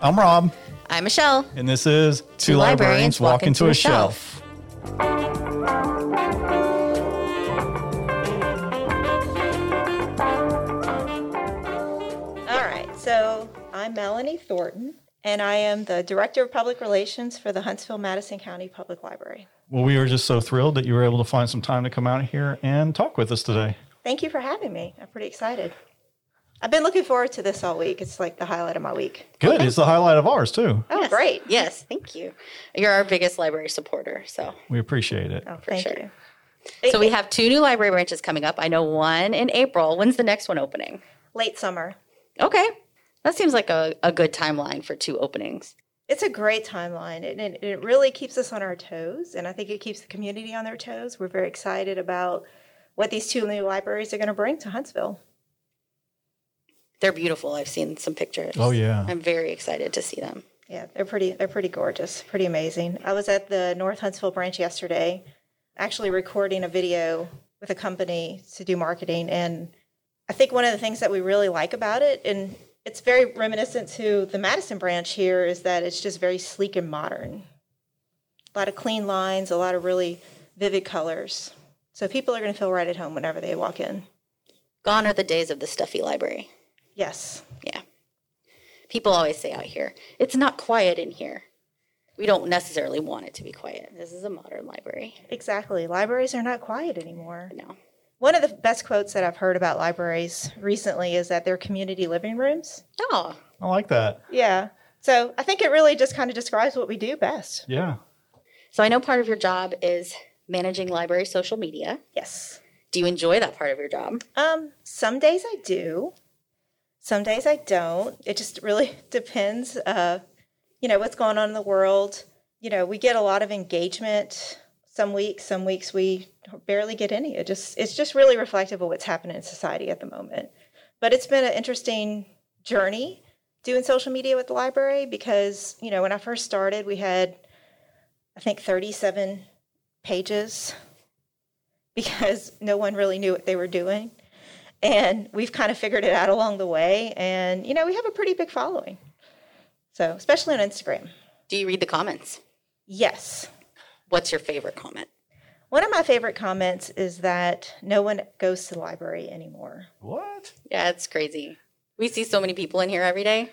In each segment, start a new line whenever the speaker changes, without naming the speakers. I'm Rob,
I'm Michelle.
and this is Two, Librarians, Walk Into a Shelf.
All right, so I'm Melanie Thornton, and I am the Director of Public Relations for the Huntsville Madison County Public Library.
Well, we were just so thrilled that you were able to find some time to come out here and talk with us today.
Thank you for having me. I'm pretty excited. I've been looking forward to this all week. It's like the highlight of my week.
Good. It's the highlight of ours, too.
Oh,
Yes.
great.
Yes, thank you. You're our biggest library supporter. So,
We appreciate it.
Oh,
For
thank
sure.
you.
so we have two new library branches coming up. I know one in April. When's the next one opening?
Late summer.
Okay. That seems like a, a good timeline for two openings.
It's a great timeline, and it, it really keeps us on our toes, and I think it keeps the community on their toes. We're very excited about what these two new libraries are going to bring to Huntsville.
They're beautiful. I've seen some pictures.
Oh, yeah.
I'm very excited to see them.
Yeah, they're pretty. They're pretty gorgeous. Pretty amazing. I was at the North Huntsville branch yesterday, actually recording a video with a company to do marketing, and I think one of the things that we really like about it, and it's very reminiscent to the Madison branch here, is that it's just very sleek and modern. A lot of clean lines, a lot of really vivid colors. So people are going to feel right at home whenever they walk in.
Gone are the days of the stuffy library.
Yes,
Yeah. People always say out here, it's not quiet in here. We don't necessarily want it to be quiet. This is a modern library.
exactly. Libraries are not quiet anymore.
No.
One of the best quotes that I've heard about libraries recently is that they're community living rooms.
Oh,
I like that.
Yeah. So I think it really just kind of describes what we do best.
Yeah.
so I know part of your job is managing library social media.
Yes.
Do you enjoy that part of your job?
Um, some days I do, some days I don't. It just really depends, uh, you know, what's going on in the world. You know, we get a lot of engagement some weeks, some weeks we barely get any. It just it's just really reflective of what's happening in society at the moment. But it's been an interesting journey doing social media with the library because, you know, when I first started, we had I think 37 pages because no one really knew what they were doing. And we've kind of figured it out along the way. And, you know, we have a pretty big following. So, especially on Instagram.
Do you read the comments?
Yes.
What's your favorite comment?
One of my favorite comments is that no one goes to the library anymore.
What?
Yeah, it's crazy. We see so many people in here every day.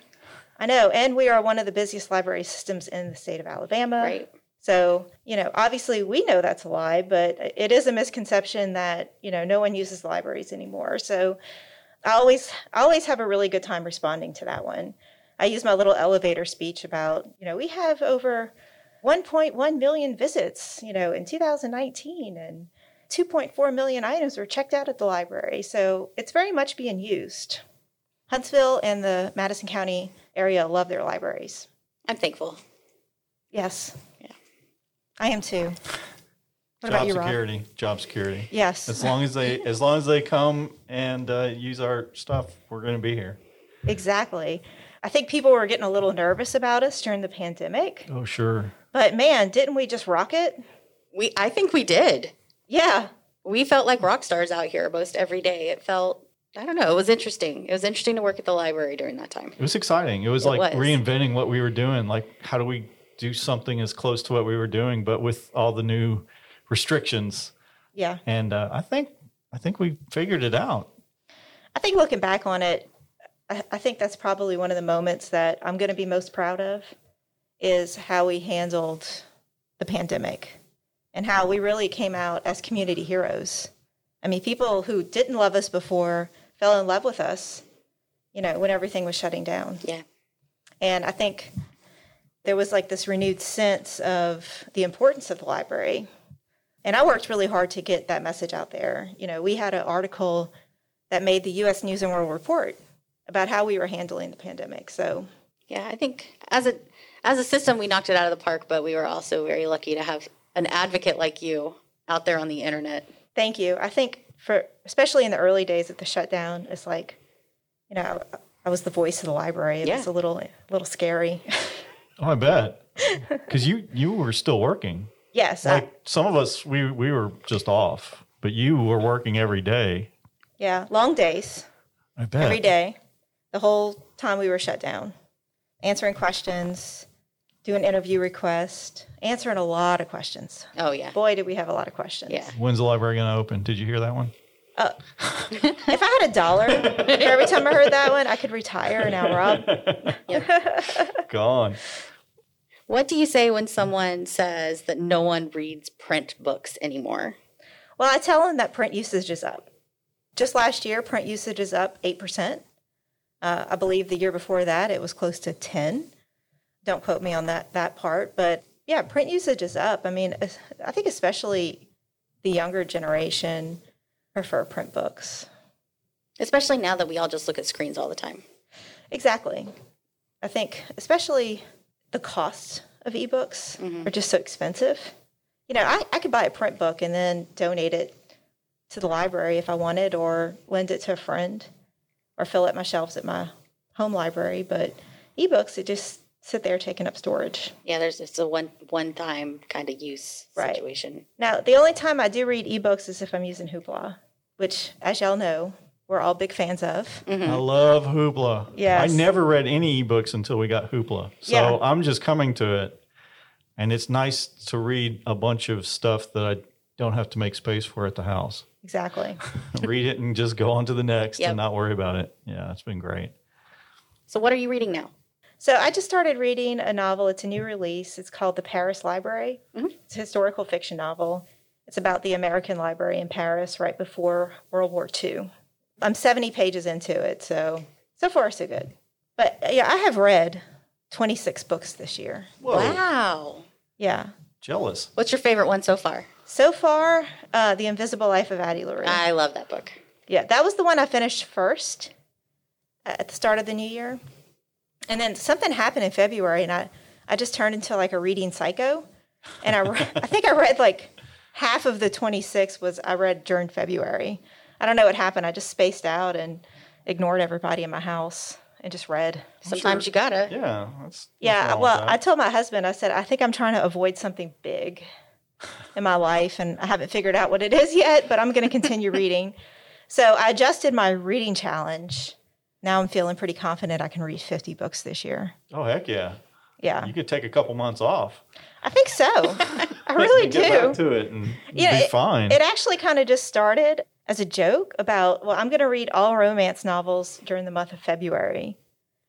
I know. And we are one of the busiest library systems in the state of Alabama.
Right.
So, you know, obviously we know that's a lie, but it is a misconception that, you know, no one uses libraries anymore. So I always I always have a really good time responding to that one. I use my little elevator speech about, you know, we have over 1.1 million visits, you know, in 2019 and 2.4 million items were checked out at the library. So it's very much being used. Huntsville and the Madison County area love their libraries.
I'm thankful.
Yes.
Yeah.
I am too.
Job
What about you, Rob?
security. Job security. As
Yes,
long as they as long as they come and uh, use our stuff, we're going to be here.
exactly. I think people were getting a little nervous about us during the pandemic,
Oh, sure.
but man, didn't we just rock it?
We I think we did.
Yeah.
we felt like rock stars out here most every day. It felt I don't know, it was interesting. It was interesting to work at the library during that time.
It was exciting. It was
It
like
was.
reinventing what we were doing. Like, how do we do something as close to what we were doing, but with all the new restrictions?
Yeah.
And uh, I think I think we figured it out.
I think looking back on it, I, I think that's probably one of the moments that I'm going to be most proud of is how we handled the pandemic and how we really came out as community heroes. I mean, people who didn't love us before fell in love with us, you know, when everything was shutting down.
Yeah.
And I think there was like this renewed sense of the importance of the library. And I worked really hard to get that message out there. You know, we had an article that made the US News and World Report about how we were handling the pandemic. So,
Yeah, I think as a as a system we knocked it out of the park, but we were also very lucky to have an advocate like you out there on the internet.
thank you. I think for especially in the early days of the shutdown, it's like, you know, I was the voice of the library. It was
Yeah.
a little little scary.
Oh, I bet. Because you you were still working.
yes. I-
Like some of us, we we were just off, but you were working every day.
yeah, long days.
I bet
every day, the whole time we were shut down. answering questions, doing interview requests, answering a lot of questions.
Oh yeah.
Boy, did we have a lot of questions. Uh,
Yeah.
When's the library going to open? Did you hear that one?
If I had a dollar for every time I heard that one, I could retire now, Rob.
Gone.
What do you say when someone says that no one reads print books anymore?
Well, I tell them that print usage is up. Just last year, print usage is up 8%. Uh, I believe the year before that, it was close to 10. Don't quote me on that, that part. But yeah, print usage is up. I mean, es- I think especially the younger generation prefer print books.
Especially now that we all just look at screens all the time.
Exactly. I think especially the cost of ebooks are just so expensive. You know, I, I could buy a print book and then donate it to the library if I wanted or lend it to a friend or fill up my shelves at my home library, but ebooks it just sit there taking up storage.
Yeah, there's it's a one one time kind of use
Right.
situation.
Now, the only time I do read ebooks is if I'm using Hoopla, which as y'all know, we're all big fans of.
Mm-hmm.
I love Hoopla.
Hmm. Yes.
I never read any ebooks until we got Hoopla. So
Yeah.
I'm just coming to it. And it's nice to read a bunch of stuff that I don't have to make space for at the house.
Exactly.
read it and just go on to the next
Yep.
and not worry about it. Yeah, it's been great.
So what are you reading now?
So I just started reading a novel. It's a new release. It's called The Paris Library. It's a historical fiction novel. It's about the American Library in Paris right before World War II. I'm 70 pages into it, so so far so good. But yeah, I have read 26 books this year.
Whoa,
Wow.
Yeah.
jealous.
What's your favorite one so far?
So far, uh, The Invisible Life of Addie LaRue.
I love that book.
Yeah, that was the one I finished first uh, at the start of the new year. And then something happened in February, and I, I just turned into like a reading psycho. And I, re- I think I read like half of the 26 was I read during February. I don't know what happened. I just spaced out and ignored everybody in my house and just read.
Sometimes you gotta.
Yeah, that's
Yeah,
nothing wrong with
well,
oh, that.
I told my husband, I said, I think I'm trying to avoid something big in my life, and I haven't figured out what it is yet, but I'm going to continue reading. So I adjusted my reading challenge. Now I'm feeling pretty confident I can read 50 books this year.
oh heck yeah,
Yeah,
you could take a couple months off.
I think so. I really
And get back
do.
to it and
Yeah,
be fine.
It actually kind of just started as a joke about, well, I'm going to read all romance novels during the month of February.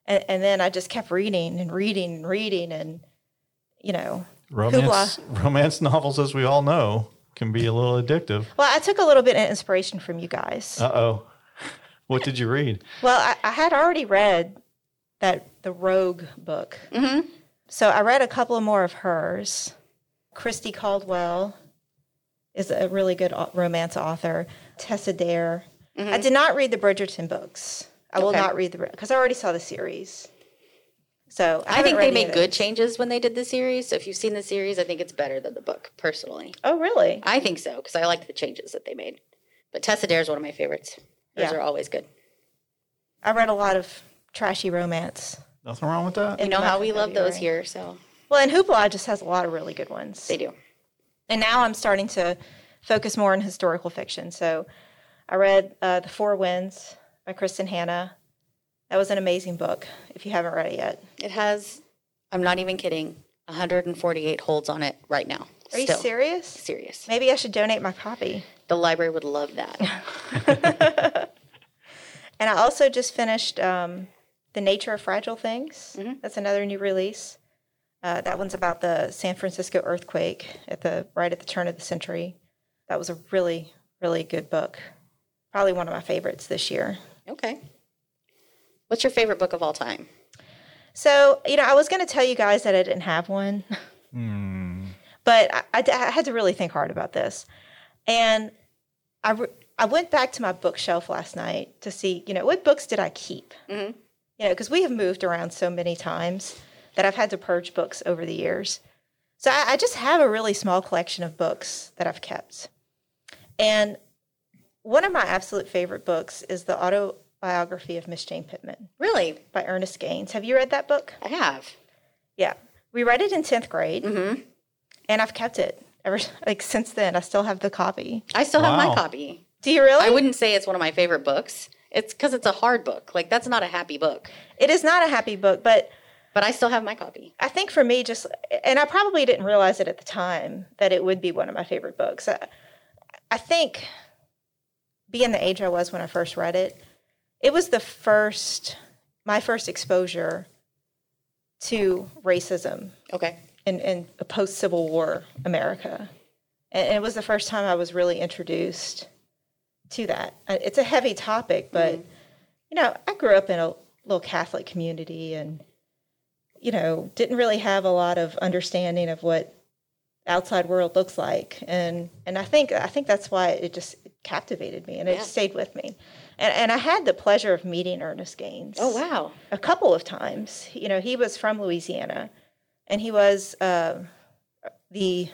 And, and then I just kept reading and reading and reading, and, you know,
romance romance novels, as we all know, can be a little addictive.
Well, I took a little bit of inspiration from you guys.
Uh oh, what did you read?
well, I, I had already read that the Rogue book,
Mhm.
so I read a couple more of hers. Christy Caldwell is a really good au- romance author. Tessa Dare. I did not read the Bridgerton books. I will
Mm-hmm. Okay.
not read the because I already saw the series. So I,
I,
haven't
think
read
they
any
made
of
good
those.
changes when they did the series. So if you've seen the series, I think it's better than the book, personally.
Oh, really?
I think so, because I liked the changes that they made. But Tessa Dare is one of my favorites. Hers
Yeah.
are always good.
I read a lot of trashy romance.
Nothing wrong with that.
You
in
know
the
how
month
we
of
love those
February.
here, so
Well, and Hoopla just has a lot of really good ones.
they do.
and now I'm starting to focus more on historical fiction. So I read uh, The Four Winds by Kristen Hanna. That was an amazing book. If you haven't read it yet,
It has, I'm not even kidding, 148 holds on it right now.
are you
Still.
serious?
Serious.
Maybe I should donate my copy.
The library would love that.
And I also just finished um, The Nature of Fragile Things. That's another new release. Uh, that one's about the San Francisco earthquake at the right at the turn of the century. That was a really, really good book. Probably one of my favorites this year.
okay. What's your favorite book of all time?
So, you know, I was going to tell you guys that I didn't have one,
Hmm.
but I, I d- I had to really think hard about this. And I, re- I went back to my bookshelf last night to see, you know, what books did I keep? You know, because we have moved around so many times that I've had to purge books over the years. So I, I just have a really small collection of books that I've kept. And one of my absolute favorite books is the autobiography of Miss Jane Pittman
Really?
by Ernest Gaines. Have you read that book?
I have.
Yeah. We read it in 10th grade. And I've kept it ever like since then. I still have the copy.
I still have my
Wow.
copy.
Do you really?
I wouldn't say it's one of my favorite books. It's because it's a hard book. Like that's not a happy book.
it is not a happy book, but
But I still have my copy.
I think for me, just and I probably didn't realize it at the time that it would be one of my favorite books. I, I think being the age I was when I first read it, it was the first my first exposure to racism
Okay.
in, in a post Civil War America, and, and it was the first time I was really introduced to that. Uh, It's a heavy topic, but
Mm-hmm.
you know, I grew up in a little Catholic community, and you know, didn't really have a lot of understanding of what outside world looks like, and and I think I think that's why it just captivated me, and
Yeah.
it stayed with me. And, and I had the pleasure of meeting Ernest Gaines
Oh wow.
a couple of times. You know, he was from Louisiana, and he was uh, the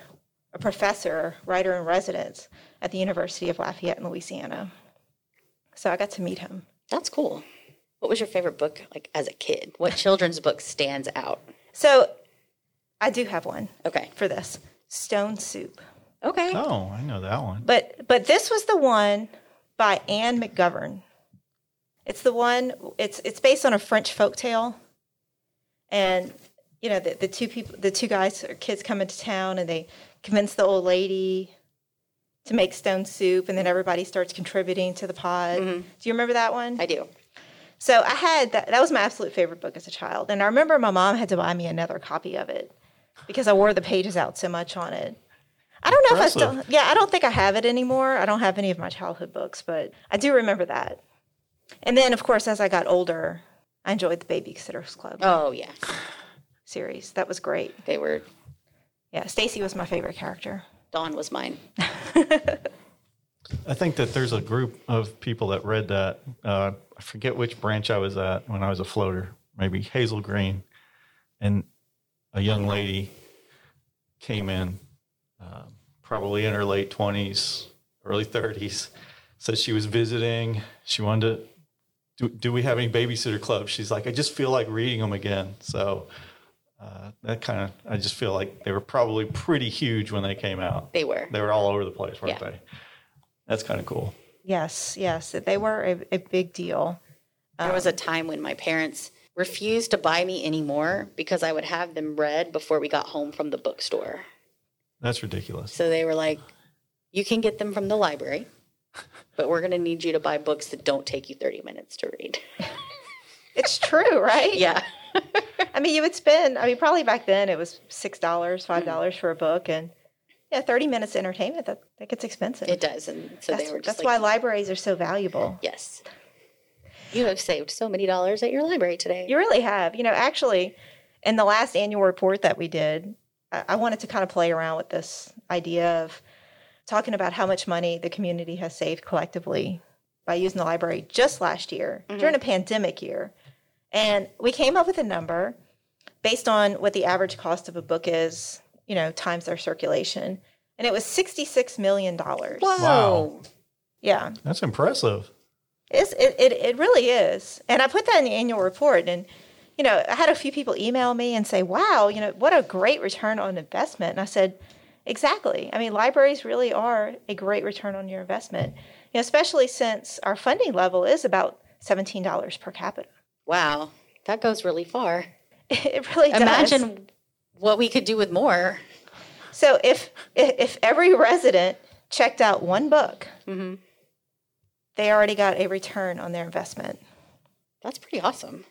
a professor, writer in residence at the University of Lafayette in Louisiana. So I got to meet him.
That's cool. What was your favorite book like as a kid? What children's book stands out?
So I do have one
Okay.
for this Stone Soup,
Okay.
Oh, I know that one.
but but this was the one by Anne McGovern. It's the one. It's it's based on a French folk tale, and you know the, the two people, the two guys or kids come into town, and they convince the old lady to make stone soup, and then everybody starts contributing to the pot. Do you remember that one?
I do.
So I had that, that was my absolute favorite book as a child. And I remember my mom had to buy me another copy of it because I wore the pages out so much on it. I don't know if I
Impressive.
still, yeah, I don't think I have it anymore. I don't have any of my childhood books, but I do remember that. And then, of course, as I got older, I enjoyed the Babysitters Club
Oh yeah.
series. That was great.
They were
Yeah, Stacy was my favorite character.
Dawn was mine.
I think that there's a group of people that read that. Uh, I forget which branch I was at when I was a floater, maybe Hazel Green, and a young lady came in, uh, probably in her late 20s, early 30s. Said she was visiting. She wanted to. Do, do we have any babysitter clubs? She's like, I just feel like reading them again. So uh, that kind of, I just feel like they were probably pretty huge when they came out.
They were.
They were all over the place, weren't
Yeah.
they? That's kind of cool.
Yes, yes, they were a, a big deal. Um,
There was a time when my parents refused to buy me anymore because I would have them read before we got home from the bookstore.
That's ridiculous.
So they were like, you can get them from the library, but we're going to need you to buy books that don't take you 30 minutes to read.
It's true, right?
Yeah.
I mean, you would spend, I mean, probably back then it was $6,
Hmm.
$5 dollars for a book. And yeah, 30 minutes entertainment, that, that gets expensive.
It does. And so
that's
they were just
that's
like,
why libraries are so valuable.
yes. You have saved so many dollars at your library today.
You really have. You know, actually, in the last annual report that we did, I, I wanted to kind of play around with this idea of talking about how much money the community has saved collectively by using the library just last year during a pandemic year. And we came up with a number based on what the average cost of a book is, you know, times their circulation. And it was $66 million.
Wow.
Yeah.
That's impressive.
It's, it, it, it really is. And I put that in the annual report. And, you know, I had a few people email me and say, wow, you know, what a great return on investment. And I said, exactly. I mean, libraries really are a great return on your investment, you know, especially since our funding level is about $17 per capita.
Wow. That goes really far.
It really does.
Imagine what we could do with more.
So if, if if every resident checked out one book,
Mhm.
they already got a return on their investment.
That's pretty awesome.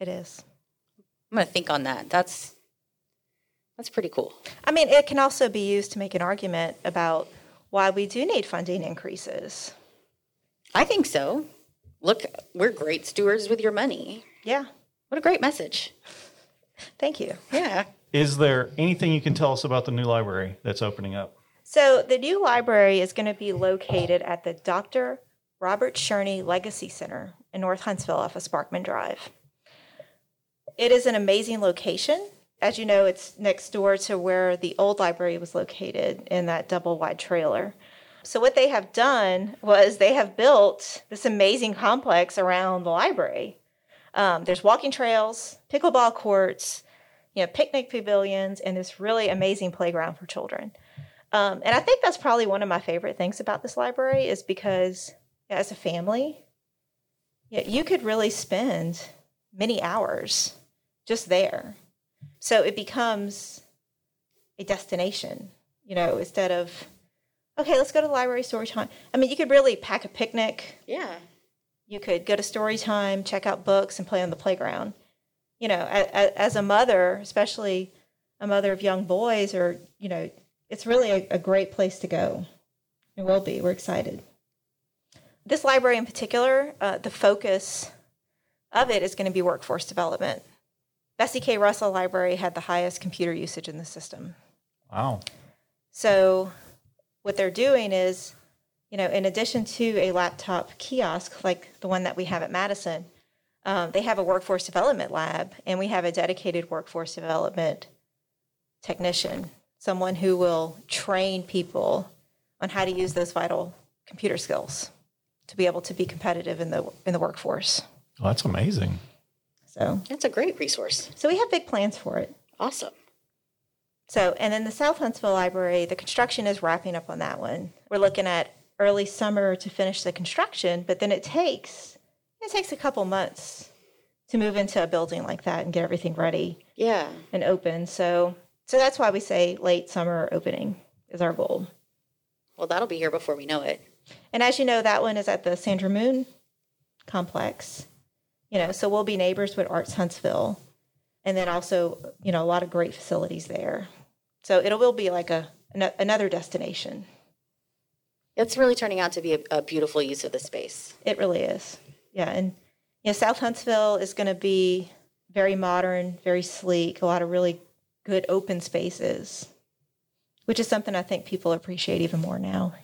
It is.
I'm going to think on that. That's that's pretty cool.
I mean, it can also be used to make an argument about why we do need funding increases.
I think so. Look, we're great stewards with your money.
Yeah,
What a great message.
thank you.
Yeah.
Is there anything you can tell us about the new library that's opening up?
So, the new library is going to be located at the Dr. Robert Sherney Legacy Center in North Huntsville off of Sparkman Drive. It is an amazing location. As you know, it's next door to where the old library was located in that double wide trailer. So, what they have done was they have built this amazing complex around the library. Um, there's walking trails, pickleball courts, you know, picnic pavilions, and this really amazing playground for children. Um, and I think that's probably one of my favorite things about this library is because yeah, as a family, yeah, you could really spend many hours just there. So it becomes a destination, you know, instead of, okay, let's go to library story time. I mean, you could really pack a picnic.
Yeah.
You could go to story time, check out books, and play on the playground. You know, a- a- as a mother, especially a mother of young boys, or, you know, it's really a, a great place to go. It will be. We're excited. This library in particular, uh, the focus of it is going to be workforce development. Bessie K. Russell Library had the highest computer usage in the system.
Wow.
So, what they're doing is, you know, in addition to a laptop kiosk like the one that we have at Madison, um, they have a workforce development lab, and we have a dedicated workforce development technician, someone who will train people on how to use those vital computer skills to be able to be competitive in the in the workforce.
Well, that's amazing.
So,
That's a great resource.
so we have big plans for it.
Awesome.
So, and then the South Huntsville Library, the construction is wrapping up on that one. We're looking at early summer to finish the construction, but then it takes it takes a couple months to move into a building like that and get everything ready
Yeah.
and open. So, so that's why we say late summer opening is our goal.
Well, that'll be here before we know it.
And as you know, that one is at the Sandra Moon complex. You know, so we'll be neighbors with Arts Huntsville, and then also you know a lot of great facilities there. So it'll will be like a an- another destination.
It's really turning out to be a, a beautiful use of the space.
It really is. Yeah, and you know South Huntsville is going to be very modern, very sleek, a lot of really good open spaces, which is something I think people appreciate even more now.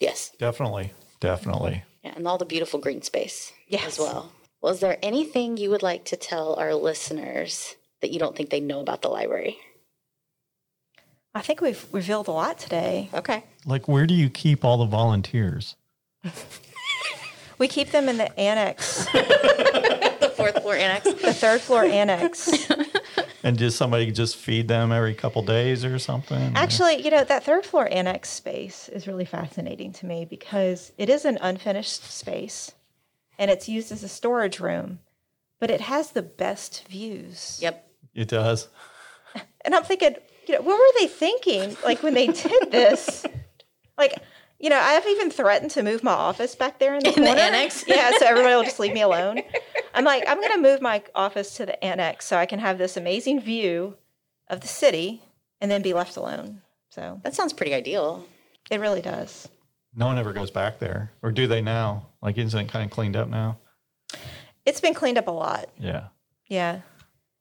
Yes.
Definitely. Definitely.
Yeah, and all the beautiful green space
Yes.
as well. Well, is there anything you would like to tell our listeners that you don't think they know about the library?
I think we've revealed a lot today.
Okay.
Like, where do you keep all the volunteers?
We keep them in the annex,
The fourth floor annex.
the third floor annex.
And does somebody just feed them every couple days or something?
Actually, you know, that third floor annex space is really fascinating to me because it is an unfinished space and it's used as a storage room, but it has the best views.
Yep.
it does.
And I'm thinking, you know, what were they thinking like when they did this? like, you know, I've even threatened to move my office back there in the,
In the
corner.
annex?
yeah, so everybody will just leave me alone. I'm like, I'm going to move my office to the annex so I can have this amazing view of the city and then be left alone. So
That sounds pretty ideal.
it really does.
No one ever goes back there, or do they now? Like, isn't it kind of cleaned up now?
It's been cleaned up a lot.
Yeah.
Yeah.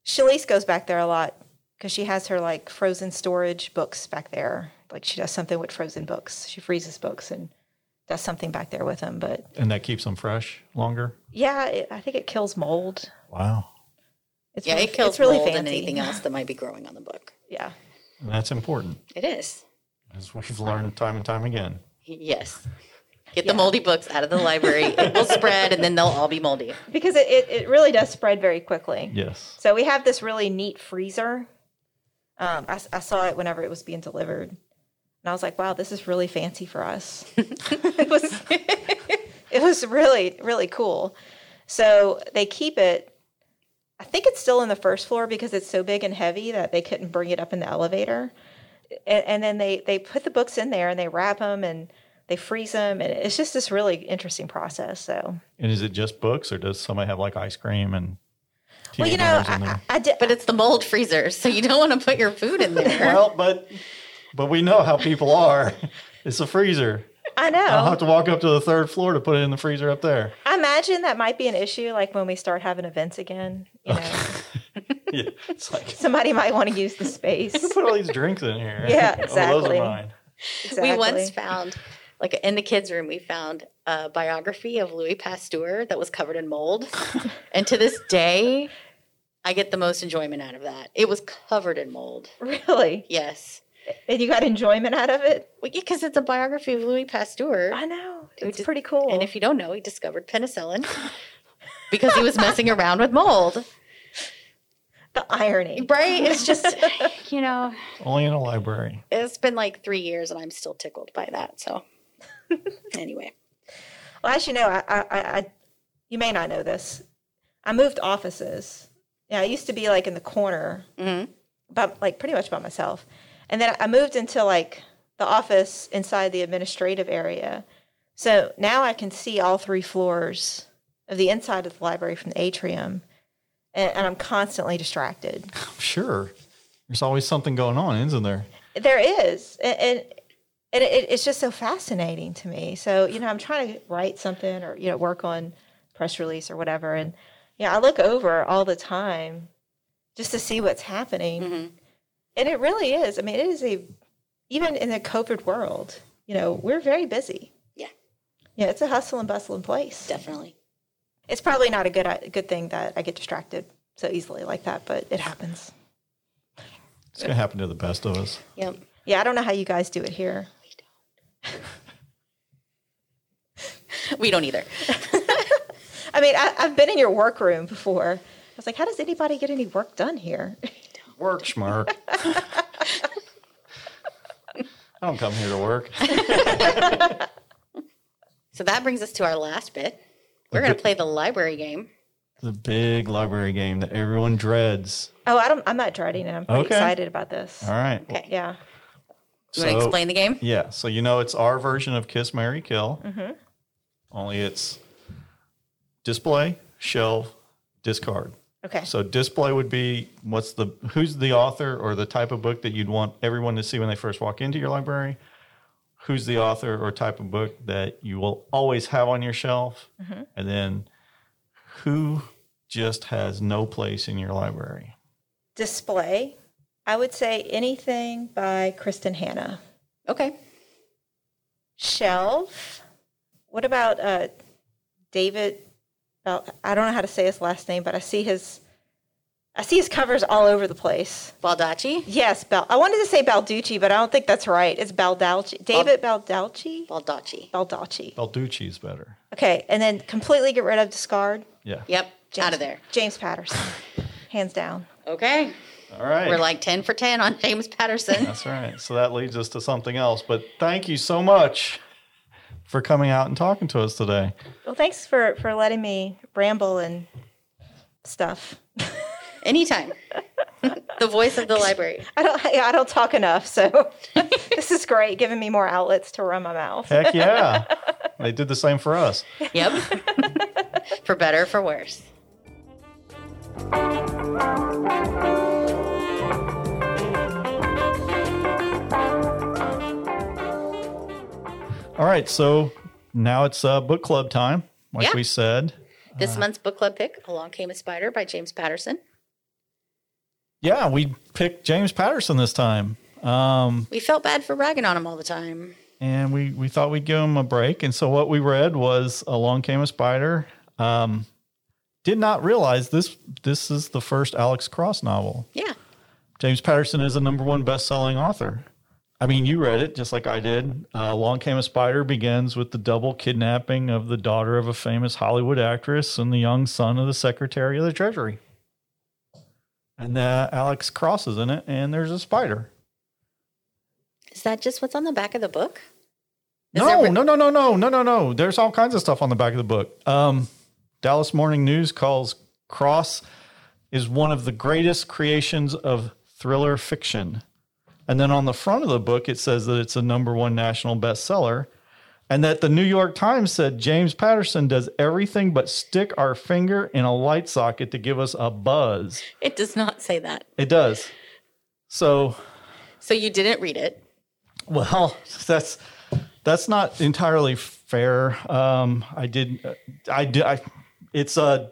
Shalise goes back there a lot because she has her like frozen storage books back there. Like she does something with frozen books. She freezes books and does something back there with them. But
And that keeps them fresh longer.
yeah, it, I think it kills mold.
Wow.
It's
yeah,
really,
it kills
it's really
mold
fancy.
and anything else that might be growing on the book.
Yeah.
And that's important,
It is.
as we've learned time and time again.
Yes. Get the moldy books out of the library. it will spread, and then they'll all be moldy.
Because it, it, it really does spread very quickly.
Yes.
So we have this really neat freezer. Um, I, s- I saw it whenever it was being delivered, and I was like, "Wow, this is really fancy for us." it was, it was really, really cool. So they keep it. I think it's still in the first floor because it's so big and heavy that they couldn't bring it up in the elevator. And, and then they they put the books in there and they wrap them and they freeze them, and it's just this really interesting process. So,
And is it just books, or does somebody have like ice cream and TV
well, you know,
dinners
I,
in there?
I- I did.
But it's the mold freezer, so you don't want to put your food in there.
well, but but we know how people are. It's a freezer.
I know.
I'll have to walk up to the third floor to put it in the freezer up there.
I imagine that might be an issue, like when we start having events again. You know,
Yeah, it's like
somebody might want to use the space.
put all these drinks in here.
Yeah,
Oh, those
exactly.
are mine.
Exactly.
We once found, like in the kids' room, we found a biography of Louis Pasteur that was covered in mold. and to this day, I get the most enjoyment out of that. It was covered in mold.
really,
Yes.
and you got enjoyment out of it.
Because it's a biography of Louis Pasteur.
I know
We
it's
just-
pretty cool.
And if you don't know, he discovered penicillin because he was messing around with mold.
the irony,
Right? It's just, you know,
Only in a library.
it's been like three years and I'm still tickled by that. So, anyway.
well, as you know, I, I, I, you may not know this. I moved offices Yeah, I used to be like in the corner,
Mhm.
by, like pretty much by myself. And then I moved into like the office inside the administrative area. So now I can see all three floors of the inside of the library from the atrium. And, and I'm constantly distracted.
I'm sure. There's always something going on, isn't there?
There is. And, and and it, it's just so fascinating to me. So, you know, I'm trying to write something or, you know, work on press release or whatever. And, yeah, I look over all the time just to see what's happening.
Mhm.
And it really is. I mean, it is a, even in the COVID world, you know, we're very busy.
Yeah.
Yeah, it's a hustle and bustle and place.
Definitely.
It's probably not a good, a good thing that I get distracted so easily like that, but it happens.
It's going to happen to the best of us.
Yep.
Yeah, I don't know how you guys do it here.
We don't either.
I mean, I, I've been in your workroom before. I was like, how does anybody get any work done here?
Work, Schmark. I don't come here to work.
So that brings us to our last bit. We're
The
going to
bit-
play the library game.
The big library game that everyone dreads.
Oh, I don't. I'm not dreading it. I'm pretty
Okay.
excited about this.
All right.
Okay.
Yeah.
You want to explain the game?
Yeah. So you know it's our version of Kiss Mary Kill.
Mhm.
Only it's display, shelf, discard.
Okay.
So display would be what's the who's the author or the type of book that you'd want everyone to see when they first walk into your library. Who's the author or type of book that you will always have on your shelf,
Mm-hmm.
Mhm.
and then who just has no place in your library.
Display. I would say anything by Kristen Hanna.
Okay.
Shelf. What about uh, David? Bel- I don't know how to say his last name, but I see his. I see his covers all over the place.
Baldacci?
Yes, Bal. I wanted to say Balducci, but I don't think that's right. It's Baldacci. David Baldacci.
Baldacci.
Baldacci.
Balducci's better.
Okay, and then completely get rid of discard.
Yeah.
Yep.
James,
Out of there.
James Patterson, hands down.
Okay.
All right.
We're like 10 for 10 on James Patterson.
That's right. So that leads us to something else. But thank you so much for coming out and talking to us today.
Well, thanks for for letting me ramble and stuff.
Anytime. the voice of the library.
I don't I don't talk enough, so this is great, giving me more outlets to run my mouth.
Heck yeah. they did the same for us.
Yep. for better or for worse.
All right. So now it's uh, book club time, like
Yeah.
we said. Uh.
This month's book club pick, Along Came a Spider by James Patterson.
Yeah, we picked James Patterson this time. Um,
We felt bad for ragging on him all the time.
and we, we thought we'd give him a break. And so what we read was Along Came a Spider. Um, did not realize this this is the first Alex Cross novel.
Yeah.
James Patterson is a number one best-selling author. I mean, you read it just like I did. Uh, Along Came a Spider begins with the double kidnapping of the daughter of a famous Hollywood actress and the young son of the Secretary of the Treasury. And uh, Alex Cross is in it, and there's a spider.
Is that just what's on the back of the book? Is
No,
there-
no, no, no, no, no, no, no. There's all kinds of stuff on the back of the book. Um, Dallas Morning News calls Cross is one of the greatest creations of thriller fiction. And then on the front of the book, it says that it's a number one national bestseller. And that the New York Times said James Patterson does everything but stick our finger in a light socket to give us a buzz.
It does not say that.
It does. So
So you didn't read it.
well, that's that's not entirely fair. Um, I did, I did, I, it's a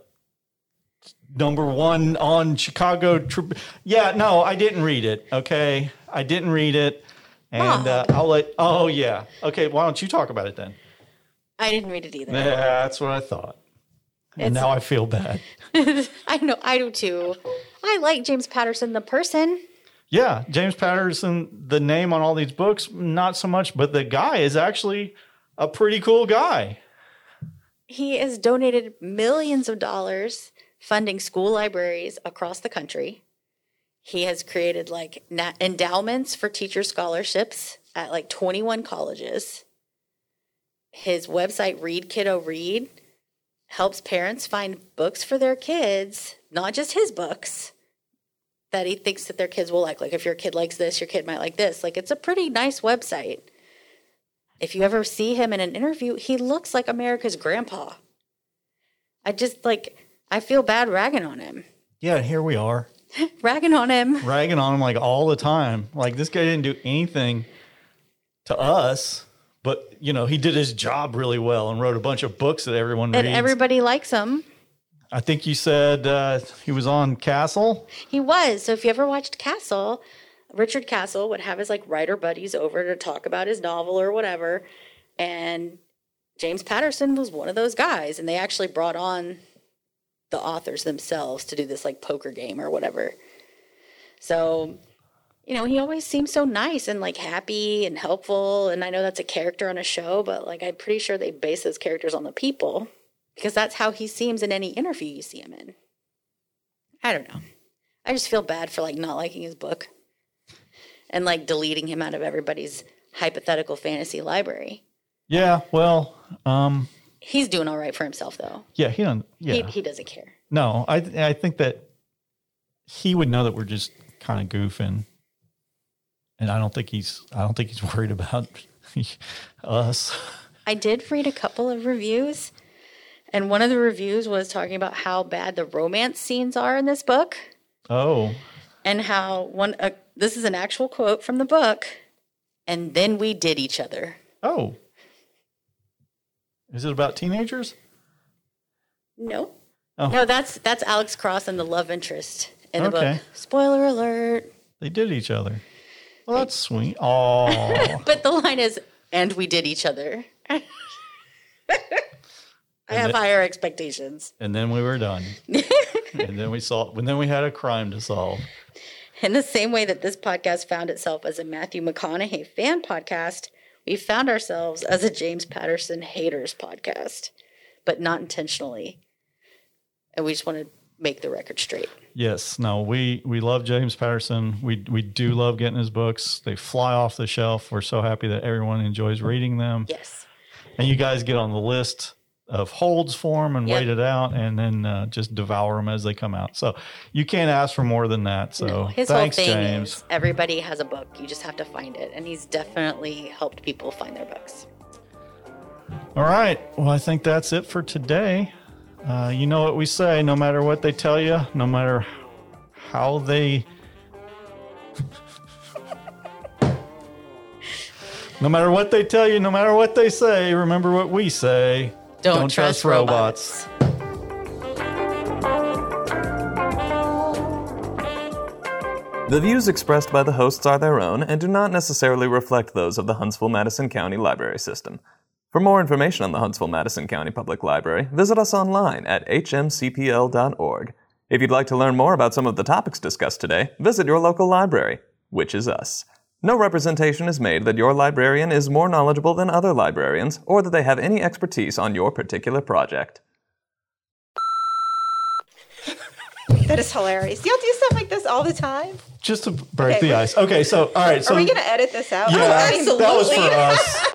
number one on Chicago. Tri- yeah, no, I didn't read it. Okay, I didn't read it, and uh, I'll let. Oh yeah, okay. Why don't you talk about it then?
I didn't read it either.
Yeah, that's what I thought, and
It's-
now I feel bad.
I know. I do too. I like James Patterson, the person.
Yeah, James Patterson, the name on all these books, not so much, but the guy is actually a pretty cool guy.
He has donated millions of dollars funding school libraries across the country. He has created like na- endowments for teacher scholarships at like 21 colleges. His website, Read Kiddo Read, helps parents find books for their kids, not just his books that he thinks that their kids will like. Like if your kid likes this, your kid might like this. Like it's a pretty nice website. If you ever see him in an interview, he looks like America's grandpa. I just like I feel bad ragging on him.
Yeah, and here we are
Ragging on him.
ragging on him like all the time. Like this guy didn't do anything to us, but you know he did his job really well and wrote a bunch of books that everyone
And
reads.
everybody likes him.
I think you said uh, he was on Castle.
He was. So if you ever watched Castle, Richard Castle would have his like writer buddies over to talk about his novel or whatever. And James Patterson was one of those guys. And they actually brought on the authors themselves to do this like poker game or whatever. So, you know, he always seems so nice and like happy and helpful. And I know that's a character on a show, but like I'm pretty sure they base those characters on the people because that's how he seems in any interview you see him in. I don't know. I just feel bad for like not liking his book and like deleting him out of everybody's hypothetical fantasy library.
Yeah, well, um,
He's doing all right for himself though.
yeah, he don't. Yeah,
He, he doesn't care.
no, I I think that he would know that we're just kind of goofing, and I don't think he's I don't think he's worried about us.
I did read a couple of reviews, and one of the reviews was talking about how bad the romance scenes are in this book.
Oh,
and how one uh, this is an actual quote from the book and then we did each other
oh, is it about teenagers?
no
Oh.
no that's that's alex cross and the love interest in the
Okay.
book spoiler alert
They did each other. Well, that's sweet. Oh,
but the line is and we did each other i have
it-
higher expectations
and then we were done. and then we saw. And then we had a crime to solve.
in the same way that this podcast found itself as a matthew mcconaughey fan podcast we found ourselves as a james patterson haters podcast but not intentionally and we just want to make the record straight
Yes. No, we we love James Patterson. We we do love getting his books. They fly off the shelf. We're so happy that everyone enjoys reading them.
Yes.
And you guys get on the list of holds for them and
Yep.
wait it out, and then uh, just devour them as they come out. So you can't ask for more than that. So
No, his
thanks,
whole thing
James.
is everybody has a book. You just have to find it. And he's definitely helped people find their books.
All right. Well, I think that's it for today. Uh, you know what we say no matter what they tell you, no matter how they. no matter what they tell you, no matter what they say, remember what we say.
Don't trust robots.
The views expressed by the hosts are their own and do not necessarily reflect those of the Huntsville Madison County Library System. For more information on the Huntsville Madison County Public Library, visit us online at hmcpl.org. If you'd like to learn more about some of the topics discussed today, visit your local library, which is us. No representation is made that your librarian is more knowledgeable than other librarians or that they have any expertise on your particular project.
That is hilarious. Y'all do stuff like this all the time.
Just to break
Okay.
the ice. Okay. So, all right. So,
Are we going to edit this out?
yeah,
Oh,
that was for us.